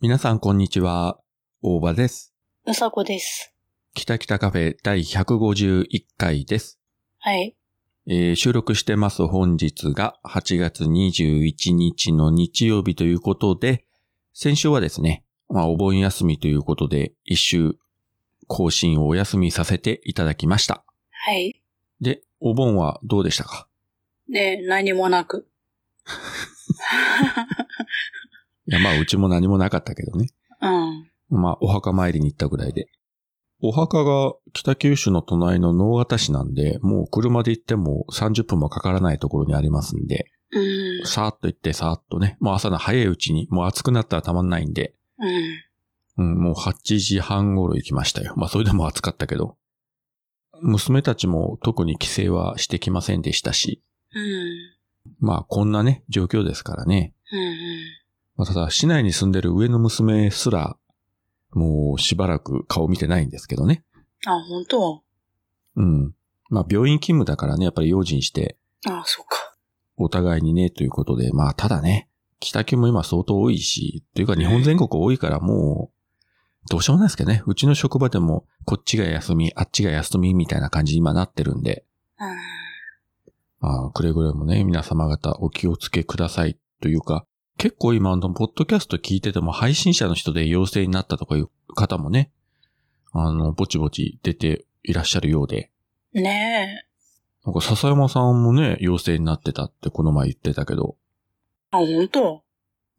皆さん、こんにちは。大場です。うさこです。北北カフェ第151回です。はい。えー収録してます本日が8月21日の日曜日ということで、先週はですね、まあ、お盆休みということで、一週更新をお休みさせていただきました。はい。で、お盆はどうでしたかで、何もなく。 いや、まあ、うちも何もなかったけどね。うん。まあ、お墓参りに行ったぐらいで。お墓が北九州の隣の能形市なんで、もう車で行っても30分もかからないところにありますんで、うん。さーっと行ってさーっとね、もう朝の早いうちに、もう暑くなったらたまんないんで、ううん。ん、もう8時半頃行きましたよ。まあ、それでも暑かったけど。娘たちも特に帰省はしてきませんでしたし、うん。まあ、こんなね、状況ですからね。うん。まあ、ただ、市内に住んでる上の娘すら、もうしばらく顔見てないんですけどね。あ、本当うん。まあ、病院勤務だからね、やっぱり用心して、あ、そうか。お互いにね、ということで、まあ、ただね、北九も今相当多いし、というか日本全国多いからもう、どうしようもないですけどね。うちの職場でも、こっちが休み、あっちが休み、みたいな感じに今なってるんで、うん。まあ、くれぐれもね、皆様方お気をつけください、というか、結構今、あの、ポッドキャスト聞いてても、配信者の人で陽性になったとかいう方もね、あの、ぼちぼち出ていらっしゃるようで、ねえ。なんか、笹山さんもね、陽性になってたってこの前言ってたけど、あ、本当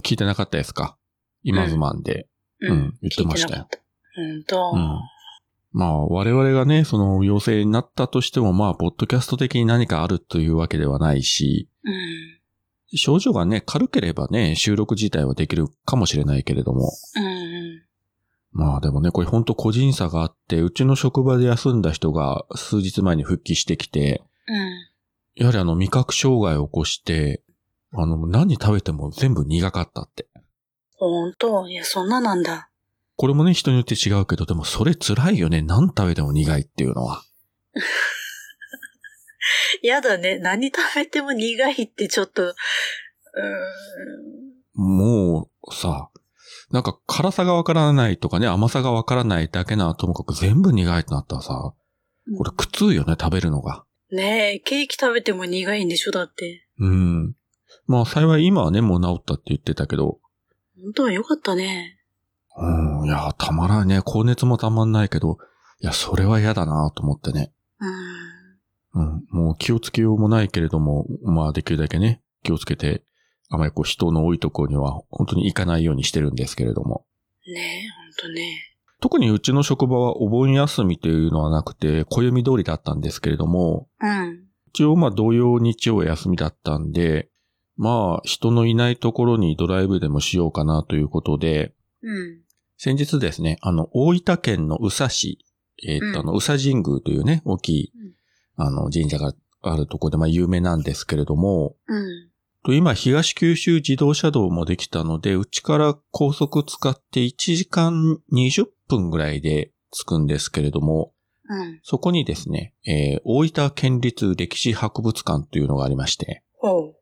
聞いてなかったですか今ズマンで。ううん言ってましたよ聞いてなかった。本当うん。まあ、我々がね、その陽性になったとしても、まあ、ポッドキャスト的に何かあるというわけではないし、うん。症状がね、軽ければね、収録自体はできるかもしれないけれども。うん。まあでもね、これほんと個人差があって、うちの職場で休んだ人が数日前に復帰してきて、うん。やはりあの味覚障害を起こして、あの何食べても全部苦かったって。本当いや、そんななんだ。これもね、人によって違うけど、でもそれ辛いよね。何食べても苦いっていうのは。やだね。何食べても苦いってちょっと、うもう、さ、なんか辛さがわからないとかね、甘さがわからないだけならともかく全部苦いってなったらさ、ーん。これ苦痛よね、食べるのが。ねえ、ケーキ食べても苦いんでしょだって。うん。まあ幸い今はね、もう治ったって言ってたけど、本当はよかったね。うん、いや、たまらんね。高熱もたまんないけど、いや、それは嫌だなと思ってね。うん。うん、もう気をつけようもないけれども、まあできるだけね、気をつけて、あまりこう人の多いところには本当に行かないようにしてるんですけれども。ねえ、ほんとね。特にうちの職場はお盆休みというのはなくて、暦通りだったんですけれども、うん。一応まあ同様日曜休みだったんで、まあ人のいないところにドライブでもしようかなということで、うん。先日ですね、あの、大分県の宇佐市、えーっと、うんあの、宇佐神宮というね、大きいうん、あの、神社があるところで、まあ、有名なんですけれども、うん。と今、東九州自動車道もできたので、うちから高速使って1時間20分ぐらいで着くんですけれども、うん。そこにですね、えー大分県立歴史博物館というのがありまして、ほ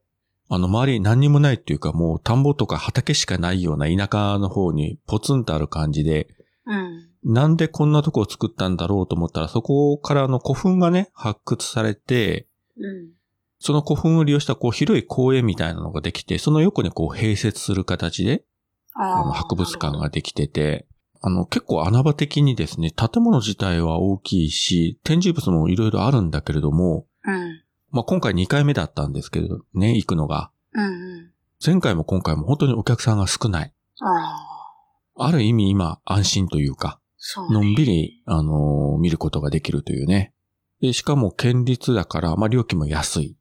あの、周りに何にもないっていうか、もう田んぼとか畑しかないような田舎の方にポツンとある感じで、う。うん。なんでこんなとこを作ったんだろうと思ったら、そこからあの古墳がね、発掘されて、うん。その古墳を利用したこう広い公園みたいなのができて、その横にこう併設する形で、ああのあ。博物館ができてて、あの結構穴場的にですね、建物自体は大きいし、展示物もいろいろあるんだけれども、うん。まあ今回2回目だったんですけれどね、行くのが。うん。う前回も今回も本当にお客さんが少ない。ん。ああ。ある意味今安心というか、そう、ね。のんびり、あのー見ることができるというね。で、しかも県立だから、まあ、料金も安い。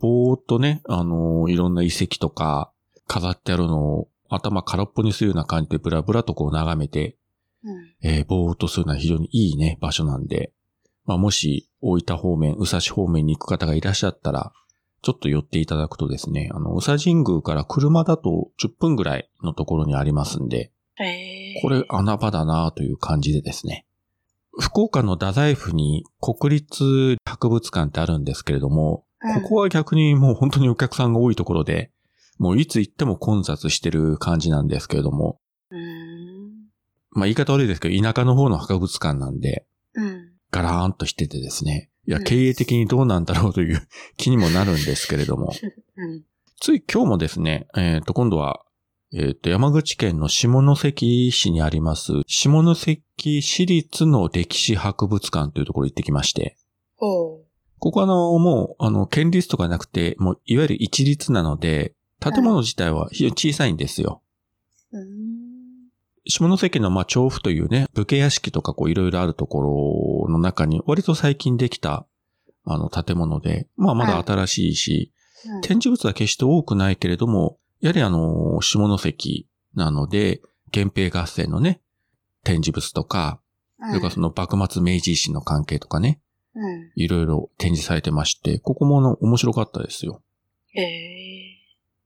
ぼーっとね、あのーいろんな遺跡とか、飾ってあるのを頭空っぽにするような感じでブラブラとこう眺めて、うん。うん。えーぼーっとするのは非常にいいね、場所なんで。まあ、もし、大分方面、宇佐市方面に行く方がいらっしゃったら、ちょっと寄っていただくとですね、あの、宇佐神宮から車だと10分ぐらいのところにありますんで、ええこれ穴場だなという感じでですね。福岡の太宰府に国立博物館ってあるんですけれども、ここは逆にもう本当にお客さんが多いところで、もういつ行っても混雑してる感じなんですけれども、うーん。まあ言い方悪いですけど、田舎の方の博物館なんで、うん。ガラーンとしててですね、いや、うん経営的にどうなんだろうという 気にもなるんですけれども、うん。つい今日もですね、えっ、と、今度は、えっ、と、山口県の下関市にあります、下関市立の歴史博物館というところに行ってきまして、ほう。ここはあの、もう、あの、県立とかなくて、もう、いわゆる一律なので、建物自体は非常に小さいんですよ。うーん。下関の、まあ、調布というね、武家屋敷とかこう、いろいろあるところの中に、割と最近できた、あの、建物で、まあ、まだ新しいし、うん展示物は決して多くないけれども、やはりあの、下関なので、源平合戦のね、展示物とか、それからその幕末明治維新の関係とかね、うん。いろいろ展示されてまして、ここもあの面白かったですよ。へえ。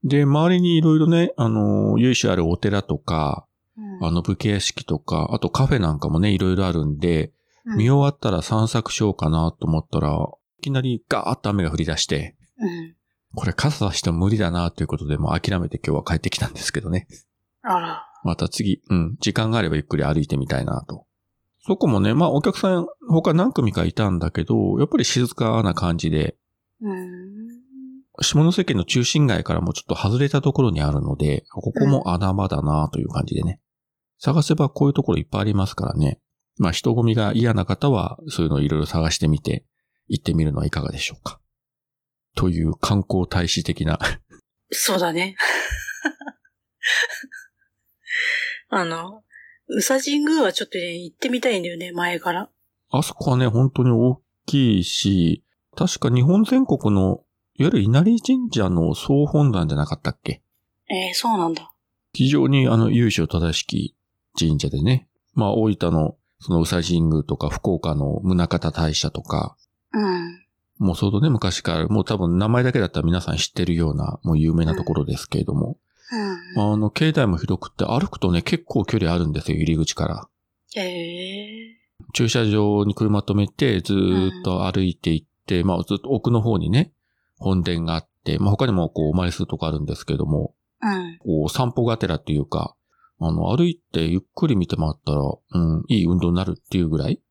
で、周りにいろいろね、あの、由緒あるお寺とか、うんあの武家屋敷とか、あとカフェなんかもね、いろいろあるんで、うん見終わったら散策しようかなと思ったら、いきなりガーッと雨が降り出して、うん。これ傘さしても無理だなということで、もう諦めて今日は帰ってきたんですけどね。あら。また次、うん、時間があればゆっくり歩いてみたいなと。そこもね、まあお客さん他何組かいたんだけど、やっぱり静かな感じで、うーん。下関の中心街からもちょっと外れたところにあるので、ここも穴場だなという感じでね。探せばこういうところいっぱいありますからね。まあ人混みが嫌な方は、そういうのをいろいろ探してみて、行ってみるのはいかがでしょうか。という観光大使的な。 そうだね。 あの、宇佐神宮はちょっとね、行ってみたいんだよね、前から。あそこはね、本当に大きいし、確か日本全国の、いわゆる稲荷神社の総本山じゃなかったっけえー、そうなんだ。非常にあの、由緒正しき神社でね。まあ、大分の、その宇佐神宮とか、福岡の宗方大社とか、うん。もう相当ね、昔からある、もう多分名前だけだったら皆さん知ってるような、もう有名なところですけれども、うん。あの、境内も広くって歩くとね、結構距離あるんですよ、入り口から。へえ。駐車場に車止めて、ずーっと歩いていって、まあ、ずっと奥の方にね、本殿があって、まあ、他にもこう、お参りするとこあるんですけれども、うん。こう、散歩がてらというか、あの、歩いてゆっくり見て回ったら、うん、いい運動になるっていうぐらい。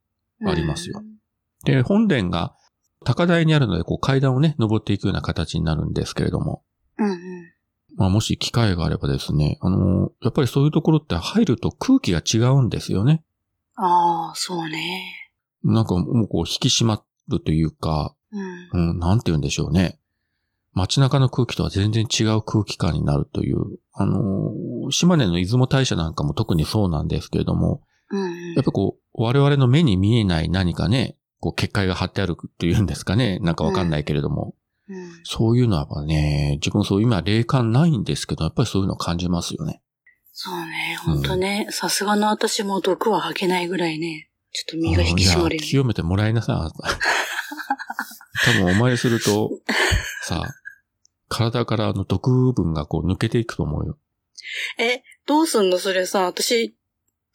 ありますよ。で、本殿が高台にあるので、こう階段をね、登っていくような形になるんですけれども、うんうん。まあ、もし機会があればですね、あの、やっぱりそういうところって入ると空気が違うんですよね。ああ、そうね。なんかもうこう引き締まるというか、うん。うん、なんて言うんでしょうね。街中の空気とは全然違う空気感になるという、あの、島根の出雲大社なんかも特にそうなんですけれども、うんやっぱこう、我々の目に見えない何かね、こう、結界が張ってあるっていうんですかね、なんかわかんないけれども、うん。そういうのはやっぱね、自分そう今霊感ないんですけど、やっぱりそういうのを感じますよね。そうね。ほんとね。さすがの私も毒は吐けないぐらいね。ちょっと身が引き締まるいやよね。清めてもらいなさいあなた。 多分お参りすると、さ、体からあの毒分がこう抜けていくと思うよ。え、どうすんのそれさ、私、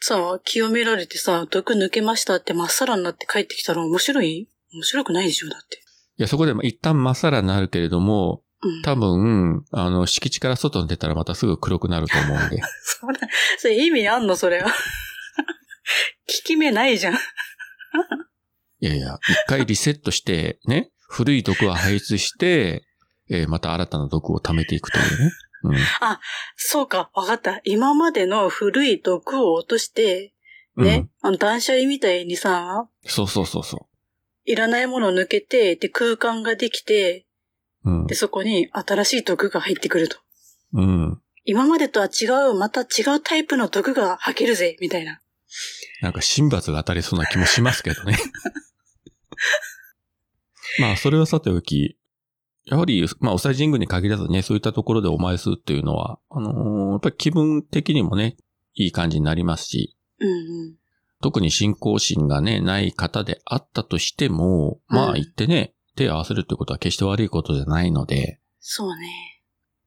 さ、清められてさ、毒抜けましたってまっさらになって帰ってきたら面白い面白くないでしょだって。いや、そこでまあ一旦まっさらになるけれども、うん。多分、あの、敷地から外に出たらまたすぐ黒くなると思うんで。それ、それ意味あんのそれは。効 き目ないじゃん。いやいや、一回リセットして、ね、古い毒は排出して、えーまた新たな毒を貯めていくというね。うん。そうか、わかった。今までの古い毒を落として、ね、あの断捨離みたいにさ、うん。そうそうそうそいらないもの抜けて、で、空間ができて、う。うんで、。そこに新しい毒が入ってくると。うん。今までとは違う、また違うタイプの毒が吐けるぜ、みたいな。なんか神罰が当たりそうな気もしますけどね。 まあ、それはさておき、やはり、まあ、おさじ神宮に限らずね、そういったところでお参りするっていうのは、あのーやっぱり気分的にもね、いい感じになりますし、うんうん。特に信仰心がね、ない方であったとしても、まうあん言ってね、手を合わせるということは決して悪いことじゃないので、そうね。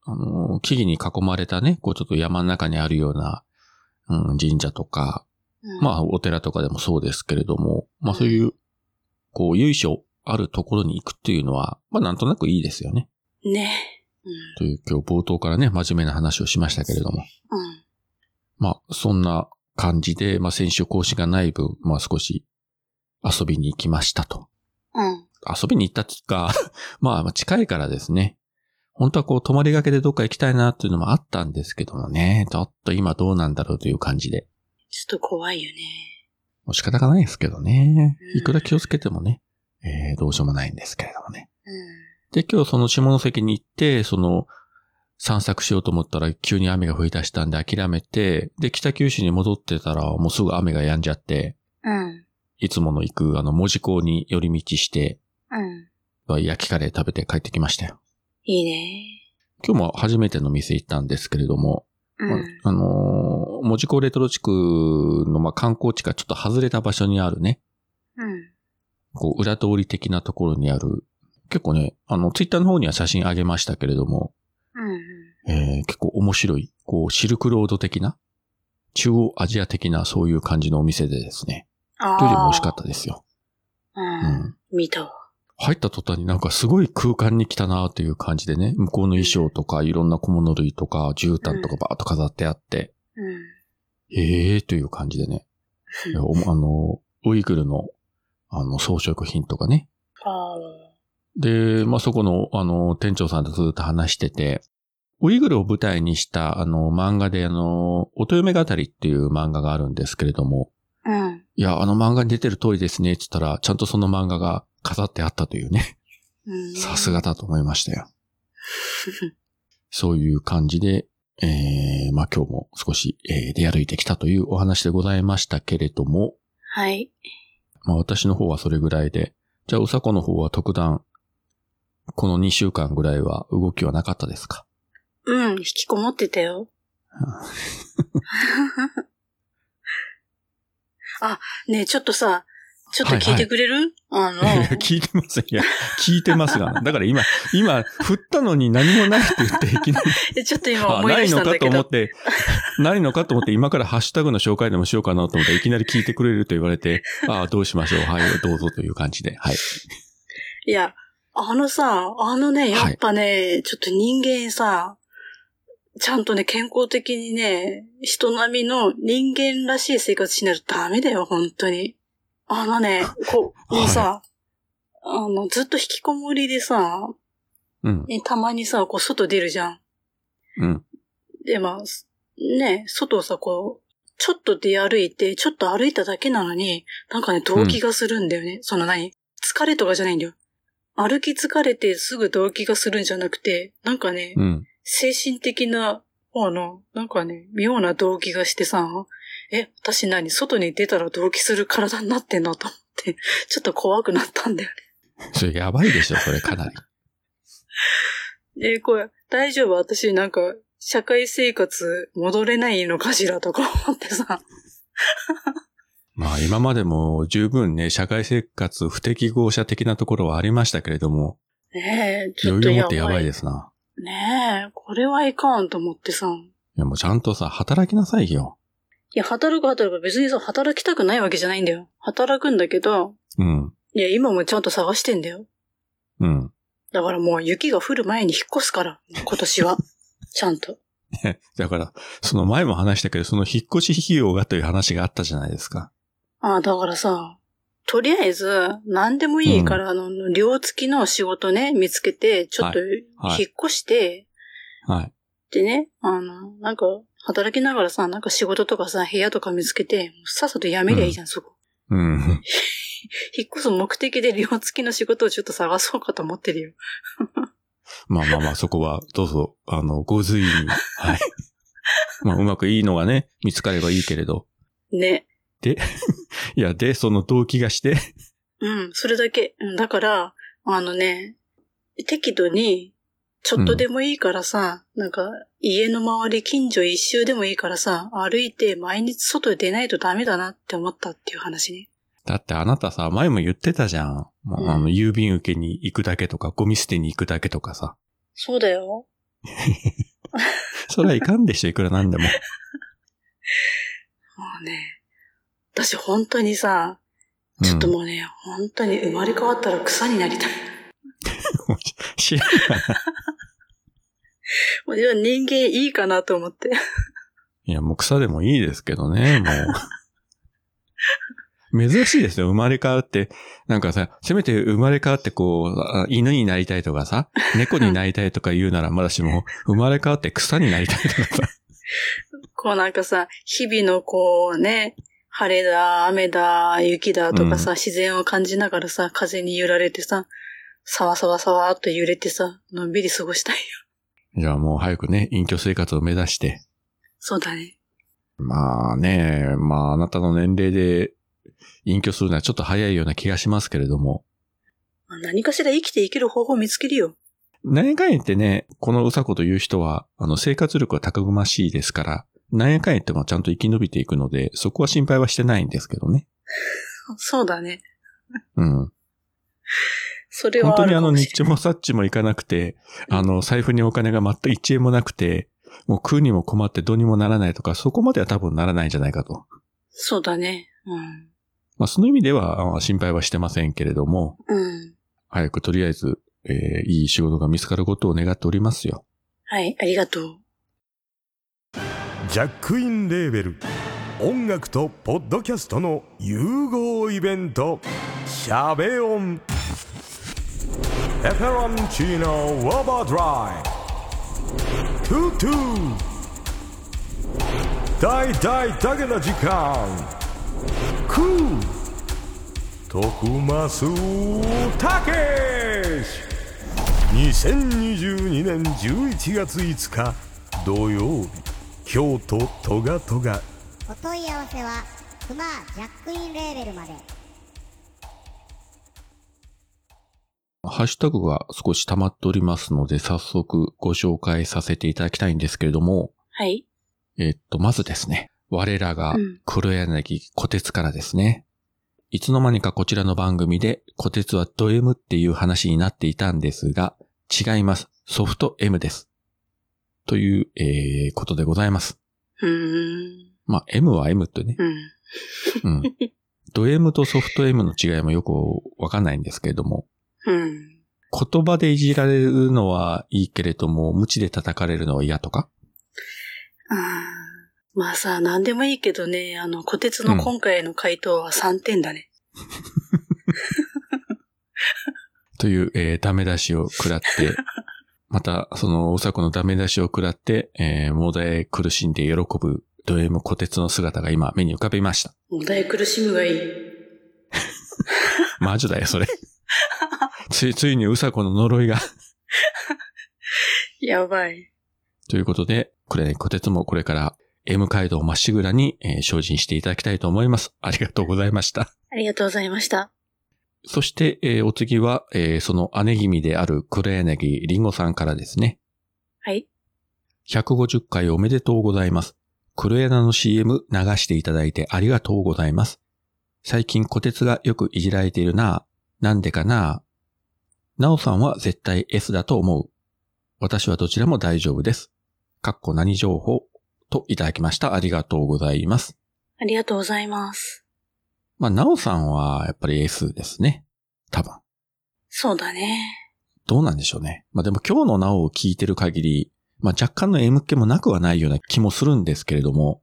あの、木々に囲まれたね、こうちょっと山の中にあるような、うん、神社とか、うん、まあお寺とかでもそうですけれども、まあそういう、こう、由緒あるところに行くっていうのは、まあなんとなくいいですよね。ね。という今日冒頭からね、真面目な話をしましたけれども。うん。うん。まあ、そんな感じで、まあ先週講師がない分、まあ少し遊びに行きましたと。うん。遊びに行ったっていうか、 まあまあ近いからですね。本当はこう泊まりがけでどっか行きたいなっていうのもあったんですけどもね、ちょっと今どうなんだろうという感じで。ちょっと怖いよね。もう仕方がないですけどねう。んいくら気をつけてもね、えーどうしようもないんですけれどもね。うで、今日その下関に行って、その散策しようと思ったら急に雨が降り出したんで諦めて、で、北九州に戻ってたらもうすぐ雨が止んじゃって、ん。うん。いつもの行くあの門司港に寄り道して、うん。焼きカレー食べて帰ってきましたよ。いいね。今日も初めての店行ったんですけれども、うん。うまん。あのー、門司港レトロ地区のまあ観光地からちょっと外れた場所にあるね、こう裏通り的なところにある、結構ね、あの、ツイッターの方には写真あげましたけれども、うん。えー結構面白い、こうシルクロード的な、中央アジア的なそういう感じのお店でですね、ああ。どれも美味しかったですよ。た。ううん。ん。見たわ。入った途端になんかすごい空間に来たなという感じでね、向こうの衣装とかいろんな小物類とか絨毯とかバーっと飾ってあって、うん。ええー、という感じで ね。いやおあの、ウイグルの、あの、装飾品とかね。ああ。で、まあ、そこの、あの、店長さんとずっと話してて、ウイグルを舞台にした、あの、漫画で、あの、音嫁語りっていう漫画があるんですけれども、うん。いや、あの漫画に出てる通りですね、って言ったら、ちゃんとその漫画が飾ってあったというね、うん。さすがだと思いましたよ。そういう感じで、えー、まあ、今日も少し、えー、出歩いてきたというお話でございましたけれども、 はい。まあ私の方はそれぐらいで、じゃあうさこの方は特段、この2週間ぐらいは動きはなかったですかうん。引きこもってたよ。 あ、ねえ、ちょっとさ、ちょっと聞いてくれる、いやいやあの、 聞いてます。いや、聞いてます が、だから今、今、振ったのに何もないって言っていきな り、えちょっと今あ思いな出いしのたんかだとけ思どっ。 て、ないのかと思って、今からハッシュタグの紹介でもしようかなと思って、いきなり聞いてくれると言われて、ああ、どうしましょう。はい、どうぞという感じで。はい。いや、あのさ、あのね、やはいっぱね、ちょっと人間さ、ちゃんとね、健康的にね、人並みの人間らしい生活しないとダメだよ、本当に。あ のね、こう、はいもうさ、あの、ずっと引きこもりでさ、うん、ねたまにさ、こう、外出るじゃん。うん、で、まあ、ね、外をさ、こう、ちょっと出歩いて、ちょっと歩いただけなのに、なんかね、動悸がするんだよね。その何疲れとかじゃないんだよ。歩き疲れてすぐ動悸がするんじゃなくて、なんかね、うん。精神的な方の、なんかね、妙な動悸がしてさ、え、私何外に出たら動悸する体になってんのと思って、ちょっと怖くなったんだよそれやばいでしょ、それかなり。ね。え、これ、大丈夫私なんか、社会生活戻れないのかしらとか思ってさ。まあ今までも十分ね、社会生活不適合者的なところはありましたけれども、ねえ、ちょっ余と裕持やっばてい。やばいですな。ねえ、これはいかんと思ってさ。いやもうちゃんとさ、働きなさいよ。いや、働く働く別にさ、働きたくないわけじゃないんだよ。働くんだけど、うん、いや、今もちゃんと探してんだよ。うん。 だからもう雪が降る前に引っ越すから、今年は。ちゃんと。だから、その前も話したけど、その引っ越し費用がという話があったじゃないですか。ああ、だからさ、とりあえず、何でもいいから、あの、寮付きの仕事ね、見つけて、ちょっとはい引っ越して、はい。でね、あの、なんか、働きながらさ、なんか仕事とかさ、部屋とか見つけて、さっさとやめりゃいいじゃん、そこ。 うん。引っ越す目的で寮付きの仕事をちょっと探そうかと思ってるよ。まあまあまあ、そこは、どうぞ、あの、ご随意に。 はい。まあ、うまくいいのがね、見つかればいいけれど。ね。いや、で、その動機がして、うん、それだけ。うんだから、あのね、適度に、ちょっとでもいいからさ、なんか、家の周り近所一周でもいいからさ、歩いて毎日外出ないとダメだなって思ったっていう話ね。だってあなたさ、前も言ってたじゃん。もううんあの、郵便受けに行くだけとか、ゴミ捨てに行くだけとかさ。そうだよ。それはいかんでしょ、いくらなんでも。もうね、私本当にさ、 ちょっとうんもうね、本 当に生まれ変わったら草になりたい。知らんがなもうじゃあ人間いいかなと思って。いや、もう草でもいいですけどね、もう。珍しいですよ、生まれ変わって。なんかさ、せめて生まれ変わってこう、あ犬になりたいとかさ、猫になりたいとか言うならまだしも、生まれ変わって草になりたいとかさ。こうなんかさ、日々のこうね、晴れだ、雨だ、雪だとかさ、自然を感じながらさ、風に揺られてさ、さわさわさわっと揺れてさ、のんびり過ごしたいよ。じゃあもう早くね、隠居生活を目指して。そうだね。まあね、まああなたの年齢で隠居するのはちょっと早いような気がしますけれども。何かしら生きていける方法を見つけるよ。何やかんや言ってね、このうさこという人は、あの、生活力はたくましいですから、何やかんや言ってもちゃんと生き延びていくので、そこは心配はしてないんですけどね。そうだね。うん。それは本当にあるかの、もニしッチもサッチもいかなくて、あの、財布にお金が全く一円もなくて、もう食うにも困ってどうにもならないとか、そこまでは多分ならないんじゃないかと。そうだね。うん。まあ、その意味ではあ心配はしてませんけれども、うん。早くとりあえず、えーいい仕事が見つかることを願っておりますよ。はい、ありがとう。ジャックインレーベル音楽とポッドキャストの融合イベント「シャベオン」「エフェロンチーノウォーバードライ」「トゥトゥ」「大大だけの時間」「クー」「徳増たけし」2022年11月5日土曜日京都トガトガお問い合わせはクマジャックインレーベルまでハッシュタグが少し溜まっておりますので、早速ご紹介させていただきたいんですけれども、はい。えっと、まずですね、我らがうん黒柳小鉄からですね、いつの間にかこちらの番組で小鉄はド M っていう話になっていたんですが、違います。ソフト M です。という、えー、ことでございます。うーん。まあ、M は M とね、ううん。ん。ド M とソフト M の違いもよくわかんないんですけれども、うん。言葉でいじられるのはいいけれども、無知で叩かれるのは嫌とかあーまあさ、なんでもいいけどね、あの、小鉄の今回の回答は3点だね。という、えーダメ出しを食らって、 また、その、おさこのダメ出しを食らって、えー、問題苦しんで喜ぶ、ド M 小鉄の姿が今、目に浮かびました。お題苦しむがいい。魔女だよ、それ。つい、ついにうさこの呪いが。やばい。ということで、これ、小鉄もこれから、M 街道まっしぐらに、えー精進していただきたいと思います。ありがとうございました。ありがとうございました。そして、えーお次は、えーその姉君である黒柳りんごさんからですね。はい。 150回おめでとうございます。黒柳の CM 流していただいてありがとうございます。最近小鉄がよくいじられているなぁ。なんでかなぁ。なおさんは絶対 S だと思う。私はどちらも大丈夫です。かっこ何情報といただきました。ありがとうございます。ありがとうございます。まあ、なおさんはやっぱり S ですね。多分。そうだね。どうなんでしょうね。まあでも今日のなおを聞いてる限り、まあ若干の M 気もなくはないような気もするんですけれども、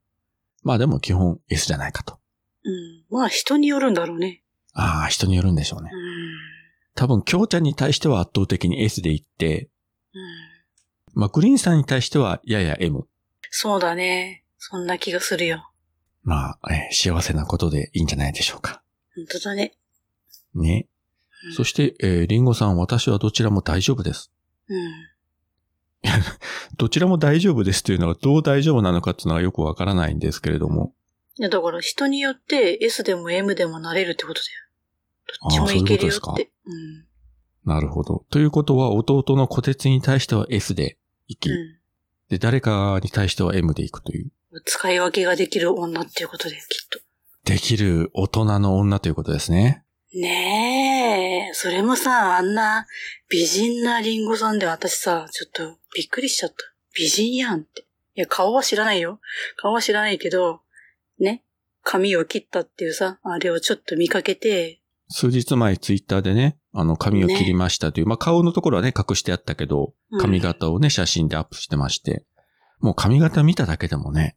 まあでも基本 S じゃないかと。うん。まあ人によるんだろうね。ああ、人によるんでしょうねう。ん。多分、京ちゃんに対しては圧倒的に S でいって、うん。まあグリーンさんに対してはやや M。そうだね。そんな気がするよ。まあ、えー幸せなことでいいんじゃないでしょうか。本当だね。ね。うんそして、えーリンゴさん、私はどちらも大丈夫です。うん。どちらも大丈夫ですというのはどう大丈夫なのかっていうのはよくわからないんですけれども。いや、だから人によって S でも M でもなれるってことああだよ。どっちもいけるよそういうこっとでて。うん。なるほど。ということは、弟の小鉄に対しては S で行き、うん。で、誰かに対しては M で行くという。使い分けができる女っていうことで、きっと。できる大人の女ということですね。ねえ、それもさ、あんな美人なリンゴさんで私さ、ちょっとびっくりしちゃった。美人やんって。いや、顔は知らないよ。顔は知らないけど、ね。髪を切ったっていうさ、あれをちょっと見かけて、数日前ツイッターでね、あの、髪を切りましたという、まあ、顔のところはね、隠してあったけど、うん髪型をね、写真でアップしてまして、もう髪型見ただけでもね、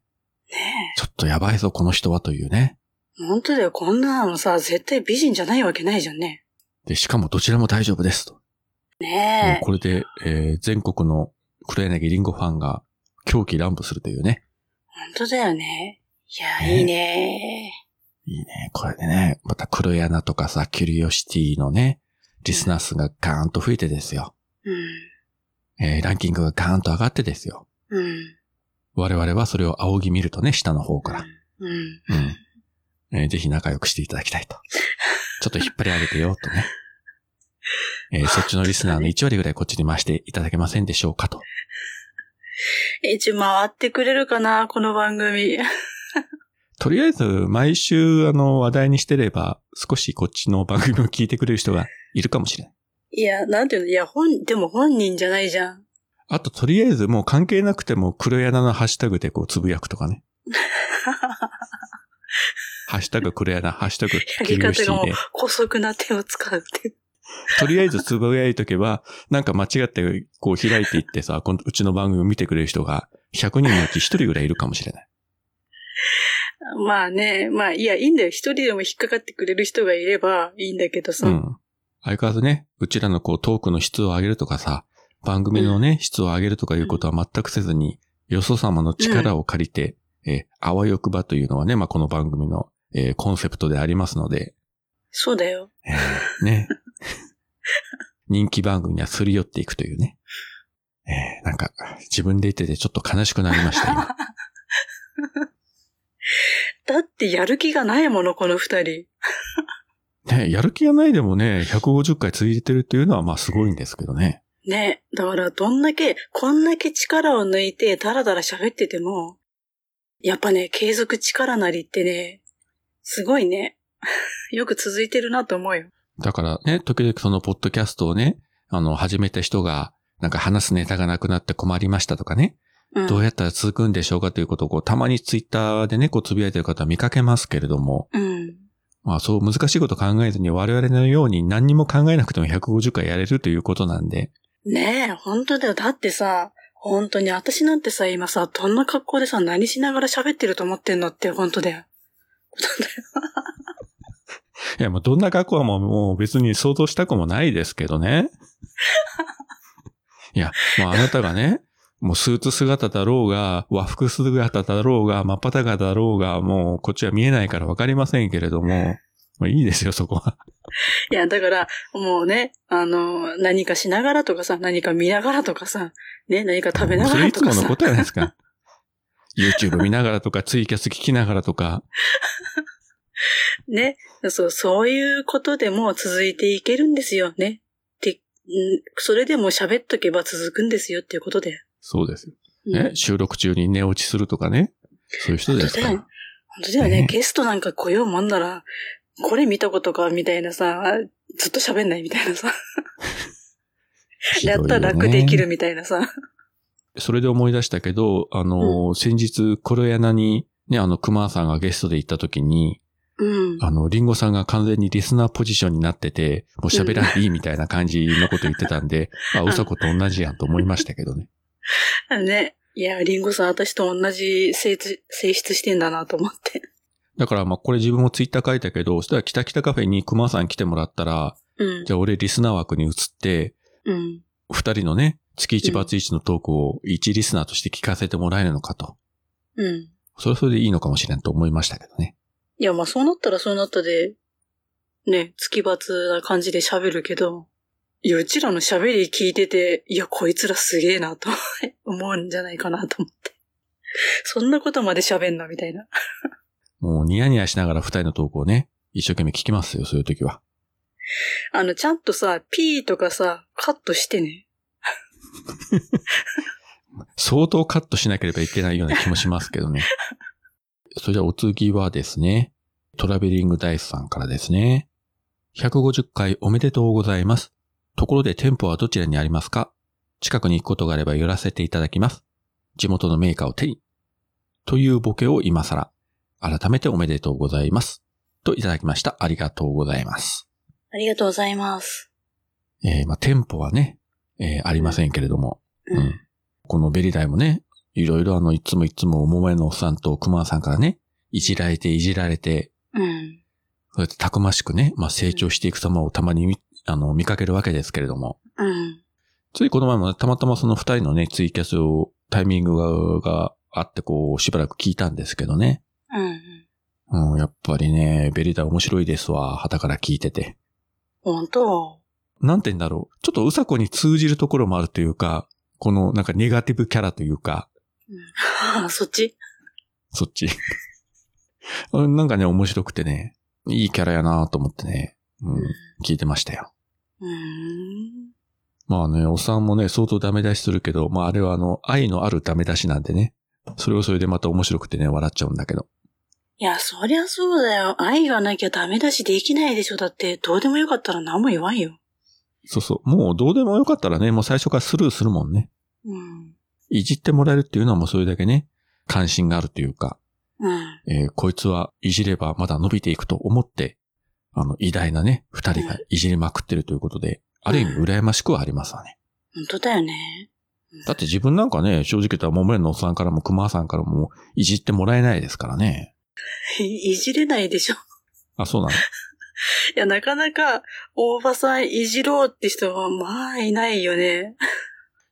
ねちょっとやばいぞ、この人はというね。え。本当だよ。こんなのさ、絶対美人じゃないわけないじゃんね。で、しかもどちらも大丈夫ですと。もうねえ。これで、えー全国の黒柳りんごファンが狂喜乱舞するというね。本当だよね。いや、ねえいいね。いいね。これでね、また黒柳とかさ、キュリオシティのね、リスナー数がガーンと増えてですよ。うえーランキングがガーンと上がってですよ。ん。うん。我々はそれを仰ぎ見るとね、下の方から。うん。うん。えーぜひ仲良くしていただきたいと。ちょっと引っ張り上げてよ、とね。えーそっちのリスナーの1割ぐらいこっちに回していただけませんでしょうかと。一応回ってくれるかな、この番組。とりあえず、毎週、あの、話題にしてれば、少しこっちの番組を聞いてくれる人がいるかもしれない。いや、なんていうの、いや、本、でも本人じゃないじゃん。あと、とりあえず、もう関係なくても、黒柳のハッシュタグでこう、つぶやくとか ね。ハッシュタグ黒柳、ハッシュタグやキりリオ方シテがもィうで、古速な手を使うって。 とりあえずつぶやいとけば、なんか間違ってこう開いていってさ、このうちの番組を見てくれる人が、100人のうち1人ぐらいいるかもしれない。まあね、まあ、いや、いいんだよ。一人でも引っかかってくれる人がいればいいんだけどさ。うん。相変わらずね、うちらのこうトークの質を上げるとかさ、番組のね、質を上げるとかいうことは全くせずに、よそ様の力を借りて、えーあわよくばというのはね、まあ、この番組の、えーコンセプトでありますので、そうだよ。えーね。人気番組にはすり寄っていくというね。えーなんか、自分で言っててちょっと悲しくなりました、今だってやる気がないもの、この二人。ね、やる気がないでもね、150回続いてるっていうのはまあすごいんですけどね。ね。だから、どんだけ、こんだけ力を抜いて、だらだら喋ってても、やっぱね、継続力なりってね、すごいね。 よく続いてるなと思うよ。だからね、時々そのポッドキャストをね、あの、始めた人が、なんか話すネタがなくなって困りましたとかね、うん。どうやったら続くんでしょうかということをこう、たまにツイッターでね、こう、つぶやいてる方見かけますけれども、うん。まあそう難しいこと考えずに我々のように何にも考えなくても150回やれるということなんで、ねえ、本当だよ。だってさ、本当に私なんてさ、今さ、どんな格好でさ、何しながら喋ってると思ってんのって、本当だよ。いや、もうどんな格好はもうもう別に想像したくもないですけど ね。いや、もうあなたがね、もうスーツ姿だろうが、和服姿だろうが、真っ裸だろうが、もうこっちは見えないからわかりませんけれども、もういいですよ、そこは。いや、だから、もうね、あの、何かしながらとかさ、何か見ながらとかさ、ね、何か食べなもうがそれらいとつもかのさこ、とじゃないですか。YouTube 見ながらとか、ツイキャス聞きながらとか、ね、そう、そういうことでも続いていけるんですよ、ね。で、んそれでも喋っとけば続くんですよっていうことで。そうですよ。うんね、収録中に寝落ちするとかね、そういう人ですかそうだらよ。本当だよねね。ゲストなんか来ようもんなら、これ見たことか、みたいなさ、あずっと喋んないみたいなさ、ひどい やよっねたら楽できるみたいなさ。それで思い出したけど、あの、先日、黒柳に、ね、あの、熊さんがゲストで行った時に、うん。あの、リンゴさんが完全にリスナーポジションになってて、もう喋らんでいいみたいな感じのこと言ってたんで、あ、うさこと同じやんと思いましたけどね。あのね。いや、リンゴさん、私と同じ性質性質してんだなと思って。だから、まあ、これ自分もツイッター書いたけど、そしたら、キタキタカフェに熊さん来てもらったら、うんじ。ゃあ俺リスナー枠に移って、うん。二人のね、月一うんバツ一のトークを一リスナーとして聞かせてもらえるのかと。うん。それはそれでいいのかもしれんと思いましたけどね。いや、まあ、そうなったらそうなったで、ね、月罰な感じで喋るけど、いや、うちらの喋り聞いてて、いや、こいつらすげえなと 思うんじゃないかなと思って。そんなことまで喋んな、みたいな。もうニヤニヤしながら二人のトークをね、一生懸命聞きますよ、そういう時は。あの、ちゃんとさ、ピーとかさ、カットしてね。相当カットしなければいけないような気もしますけどね。 それじゃあお次はですね、トラベリングダイスさんからですね。150回おめでとうございます。ところで店舗はどちらにありますか近くに行くことがあれば寄らせていただきます。地元のメーカーを手に。というボケを今更。改めておめでとうございます。といただきました。ありがとうございます。ありがとうございます。えーまあ、店舗はね、えーありませんけれども、ううんん。このベリダイもね、いろいろあの、いつもいつも桃屋のおっさんと熊さんからね、いじられていじられて、うん。そうやってたくましくね、まあ成長していく様をたまに見、あの、見かけるわけですけれども、うん。ついこの前もね、たまたまその二人のね、ツイキャスを、タイミングががあって、こう、しばらく聞いたんですけどね。うん。うん、やっぱりね、ベリダイ面白いですわ、旗から聞いてて。本当 なんて言うんだろう。ちょっとうさこに通じるところもあるというか、このなんかネガティブキャラというか、あ、そっちそっち。 うんなんかね、面白くてね、いいキャラやなと思ってね、うん、聞いてましたよ。うーん。まあね、おっさんもね、相当ダメ出しするけど、まああれはあの、愛のあるダメ出しなんでね、それをそれでまた面白くてね、笑っちゃうんだけど。いや、そりゃそうだよ。愛がなきゃダメ出しできないでしょ。だって、どうでもよかったら何も言わんよ。そうそう。もうどうでもよかったらね、もう最初からスルーするもんね。うん。いじってもらえるっていうのはもうそれだけね、関心があるというか、うん。えーこいつはいじればまだ伸びていくと思って、あの、偉大なね、二人がいじりまくってるということで、ある意味羨ましくはありますわね。本当だよね。 だって自分なんかね、正直言ったら桃屋のおっさんからも熊さんからもいじってもらえないですからね。いいじれないでしょ。あ、そうなのいや、なかなか、大場さんいじろうって人は、まあ、いないよね。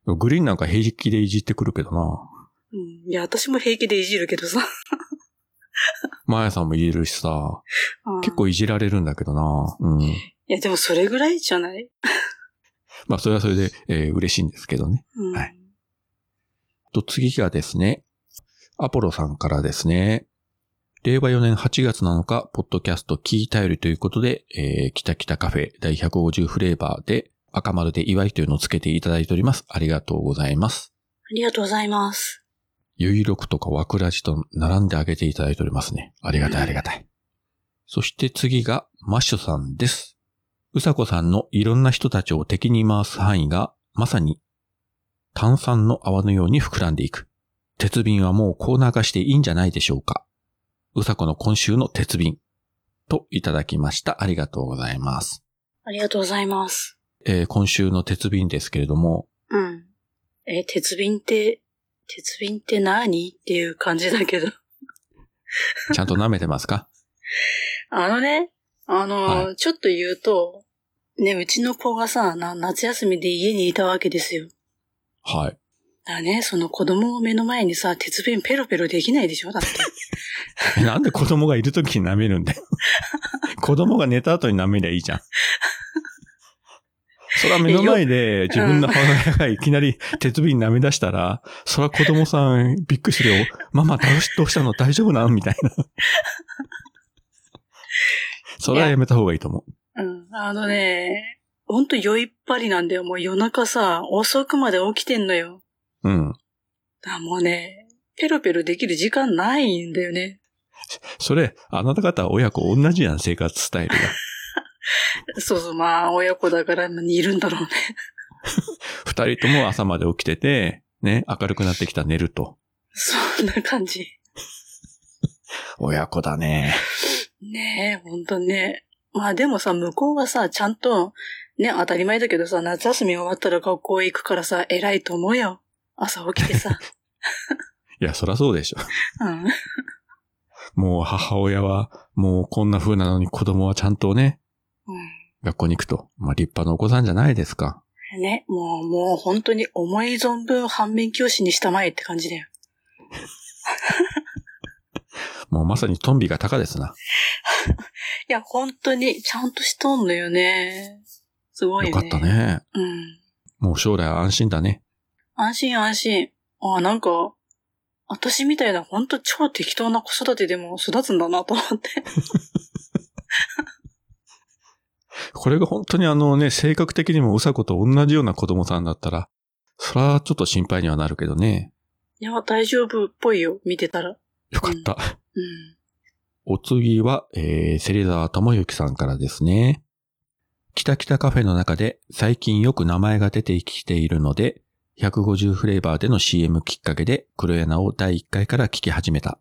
グリーンなんか平気でいじってくるけどな。うん。いや、私も平気でいじるけどさ。マヤさんもいじるしさ、うん結。構いじられるんだけどな。うん。いや、でもそれぐらいじゃないまあそれはそれで、えー嬉しいんですけどね。うん。はいと次がですね、アポロさんからですね、令和4年8月7日、ポッドキャストキータよりということで、えー、キタキタカフェ第150フレーバーで赤丸で祝いというのをつけていただいております。ありがとうございます。ありがとうございます。ゆいろくとかわくらじと並んであげていただいておりますね。ありがたいありがたい。そして次がマッシュさんです。うさこさんのいろんな人たちを敵に回す範囲がまさに炭酸の泡のように膨らんでいく。鉄瓶はもうコーナー化していいんじゃないでしょうか。うさこの今週の鉄瓶といただきました。ありがとうございます。ありがとうございます。えー今週の鉄瓶ですけれども、うん。え、鉄瓶って、鉄瓶って何っていう感じだけど。 ちゃんと舐めてますか あのね、あの、はちょっと言うと、ね、うちの子がさ、な夏休みで家にいたわけですよ。はい。だからね、その子供を目の前にさ、鉄瓶ペロペロできないでしょだ って。えなんで子供がいるときに舐めるん だよ。子供が寝た後に舐めりゃいい じゃん。そら目の前で自分の母親がいきなり鉄瓶舐め出したら、そら子供さんびっくりするよ。ママどうしどうしたの大丈夫なんみたい な。それはやめた方がいいと思う。うん。あのね、ほんと酔いっぱりなんだよ。もう夜中さ、遅くまで起きてんのよ。うん。だからもうね、ペロペロできる時間ないんだよね。それ、あなた方親子同じやん、生活スタイルが。そうそう、まあ、親子だからいるんだろうね。二人とも朝まで起きてて、ね、明るくなってきたら寝ると。そんな感じ。親子だね。ねえ、ほんとね。まあでもさ、向こうはさ、ちゃんと、ね、当たり前だけどさ、夏休み終わったら学校行くからさ、偉いと思うよ。朝起きてさ。いや、そら そうでしょ。うん。もう母親は、もうこんな風なのに子供はちゃんとね、う学校に行くと。まあ立派なお子さんじゃないですか。ん。ね、もう、もう本当に思い存分反面教師にしたまえって感じだよ。もうまさにトンビが高ですな。いや、本当に、ちゃんとしとんのよね。すごいよね。かった。ね。うん。もう将来安心だね。安心安心。あ、なんか、私みたいな本当超適当な子育てでも育つんだなと思って。これが本当にあのね、性格的にもうさこと同じような子供さんだったら、そらちょっと心配にはなるけどね。いや、大丈夫っぽいよ、見てたら。よかった。うん。お次は、えー、芹沢智之さんからですね。北北カフェの中で最近よく名前が出てきているので、150フレーバーでの CM きっかけで黒柳を第1回から聞き始めた。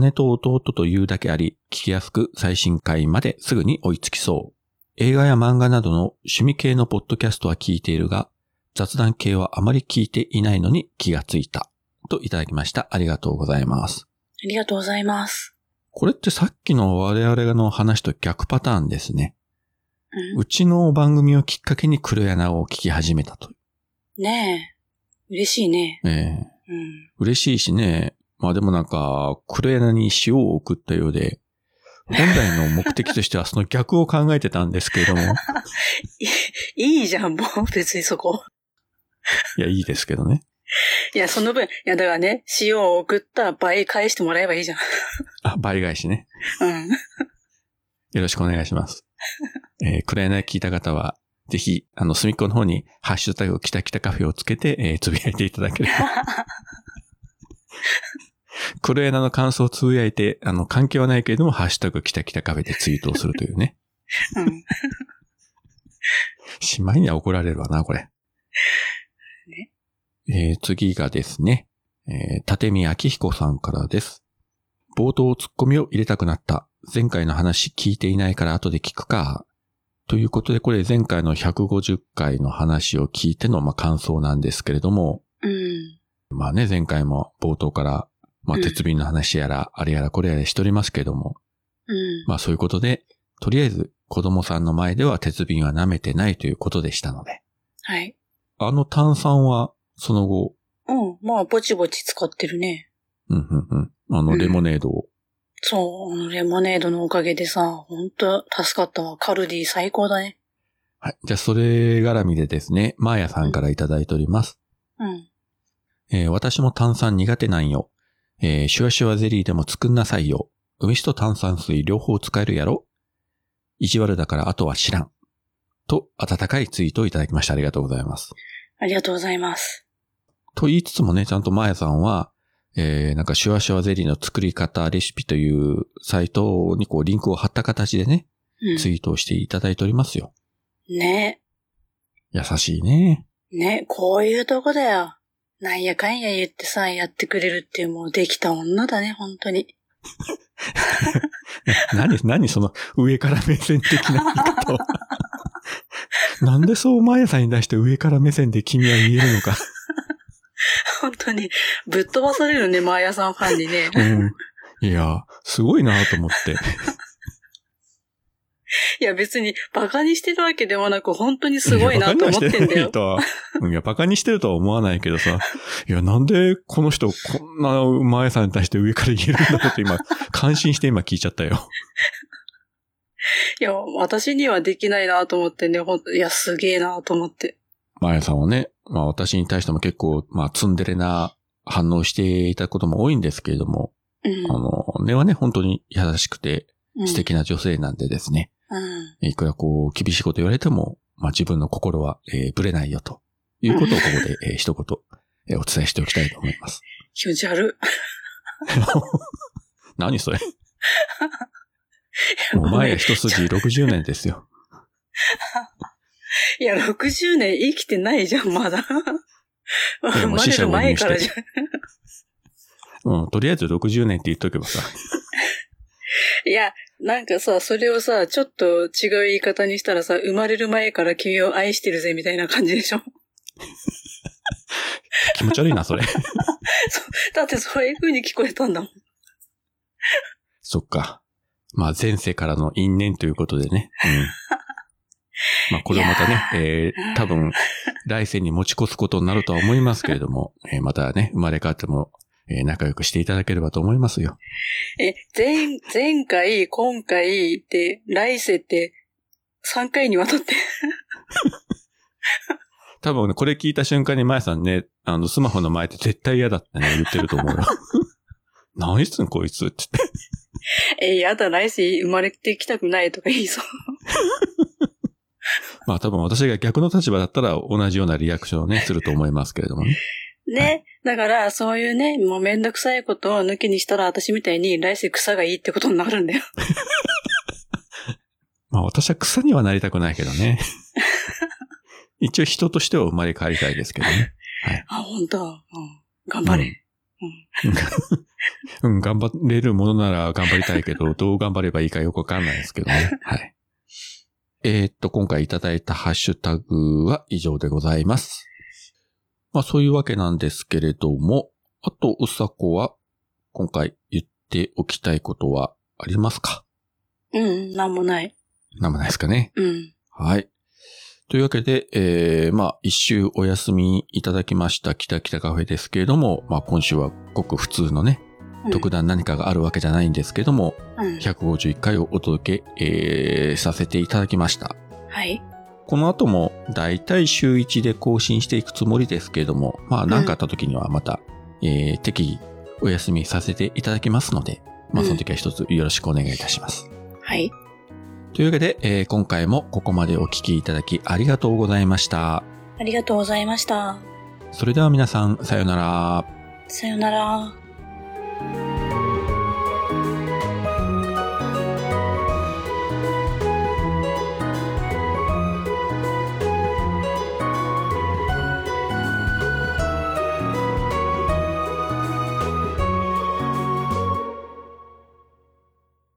姉と弟というだけあり、聞きやすく最新回まですぐに追いつきそう。映画や漫画などの趣味系のポッドキャストは聞いているが、雑談系はあまり聞いていないのに気がついた。といただきました。ありがとうございます。ありがとうございます。これってさっきの我々の話と逆パターンですね。ううちの番組をきっかけに黒柳を聞き始めたと。ん、ねえ。嬉しいね。ええうん。嬉しいしね。まあでもなんか、黒柳に塩を送ったようで、本来の目的としてはその逆を考えてたんですけれども、いいいじゃん、もう。別にそこ。や、いいですけどね。いや、その分、いや、だからね、塩を送った倍返してもらえばいいじゃん。あ、倍返しね。うん。よろしくお願いします。 えー、黒柳聞いた方は、ぜひ、あの、隅っこの方に、ハッシュタグ、きたきたカフェをつけて、えーつぶやいていただければ。 黒柳の感想をつぶやいて、あの、関係はないけれども、ハッシュタグ、きたきたカフェでツイートをするというね。うん。しまいには怒られるわな、これ。 ねえー次がですね、えー、立見明彦さんからです。冒頭ツッコミを入れたくなった。前回の話聞いていないから後で聞くか。ということで、これ前回の150回の話を聞いての、まあ、感想なんですけれども、うん。まあね、前回も冒頭から、まあ、うん鉄瓶の話やら、あれやらこれやらしておりますけれども、うん。まあそういうことで、とりあえず子供さんの前では鉄瓶は舐めてないということでしたので、はい。あの炭酸は、その後、うん。まあ、ぼちぼち使ってるね。うんうんうん。あの、うんレモネードを。そう、あのレモネードのおかげでさ、ほんと助かったわ。カルディ最高だね。はい。じゃあ、それ絡みでですね、マーヤさんからいただいております。うん。えー私も炭酸苦手なんよ。えーシュワシュワゼリーでも作んなさいよ。梅酒と炭酸水両方使えるやろ意地悪だからあとは知らん。と、温かいツイートをいただきました。ありがとうございます。ありがとうございます。と言いつつもね、ちゃんとマヤさんは、えー、なんかシュワシュワゼリーの作り方、レシピというサイトにこうリンクを貼った形でね、うツイートをしていただいておりますよ。ん。ね。優しいね。 ね。こういうとこだよ。なんやかんや言ってさ、やってくれるっていうもうできた女だね、本当に。 何、何その上から目線的な言い方を。 なんでそうマヤさんに対して上から目線で君は言えるのか。本当に。ぶっ飛ばされるね、マーヤさんファンにね。うん。いや、すごいなと思って。 いや、別に、バカにしてるわけでもなく、本当にすごいなと思ってんだいやよバカにはしてない。とはうんいや、バカにしてるとは思わないけどさ。いや、なんでこの人こんなマヤさんに対して上から言えるんだろうって今、感心して今聞いちゃったよ。いや、私にはできないなと思ってね、ほんと、いや、すげえなと思って。マヤさんはね、まあ私に対しても結構、まあツンデレな反応していたことも多いんですけれども、うん。あの、根はね、本当に優しくてうん素。敵な女性なんでですね、うん。いくらこう、厳しいこと言われても、まあ自分の心は、えーぶれないよということをここで、 えー一言、えーお伝えしておきたいと思います。 気持ち悪い。何 それもう前は一筋60年ですよ。いや、60年生きてないじゃん、まだ。や 生もうま死れ者るも入前院してからじゃん。うん、とりあえず60年って言っとけばさ、いや、なんかさ、それをさ、ちょっと違う言い方にしたらさ、生まれる前から君を愛してるぜ、みたいな感じでしょ。 気持ち悪いな、それ。だってそういう風に聞こえたんだもん。そっか。まあ前世からの因縁ということでね。うん。まあこれをまたね、えー、多分、来世に持ち越すことになるとは思いますけれども、えーまたね、生まれ変わっても、えー仲良くしていただければと思いますよ。え、前、前回、今回って、来世って、3回にわたって。 多分ね、これ聞いた瞬間にまやさんね、あの、スマホの前って絶対嫌だってね、言ってると思うよ。 何すんこいつって言って。え、やだ、来世生まれてきたくないとか言いそう。まあ多分私が逆の立場だったら同じようなリアクションをね、すると思いますけれどもね。ね。だから、そういうね、もうめんどくさいことを抜きにしたら、私みたいに来世草がいいってことになるんだよ。まあ私は草にはなりたくないけどね。一応人としては生まれ変わりたいですけどね。あ、本当。うん。頑張れ。うん、頑張れるものなら頑張りたいけど、どう頑張ればいいかよくわかんないですけどね。はい。えーっと、今回いただいたハッシュタグは以上でございます。まあそういうわけなんですけれども、あと、うさこは今回言っておきたいことはありますかうん、なんもない。なんもないですかね。うん。はい。というわけで、えー、まあ、一周お休みいただきました、北北カフェですけれども、まあ、今週はごく普通のね、うん特段何かがあるわけじゃないんですけども、うん。 151回をお届け、えーさせていただきました。はい。この後も、だいたい週1で更新していくつもりですけれども、まあ、何かあった時にはまた、えー、適宜お休みさせていただきますので、まあ、その時は一つよろしくお願いいたします。はい。というわけで、えー今回もここまでお聞きいただきありがとうございました。ありがとうございました。それでは皆さん、さようなら。さよなら。 「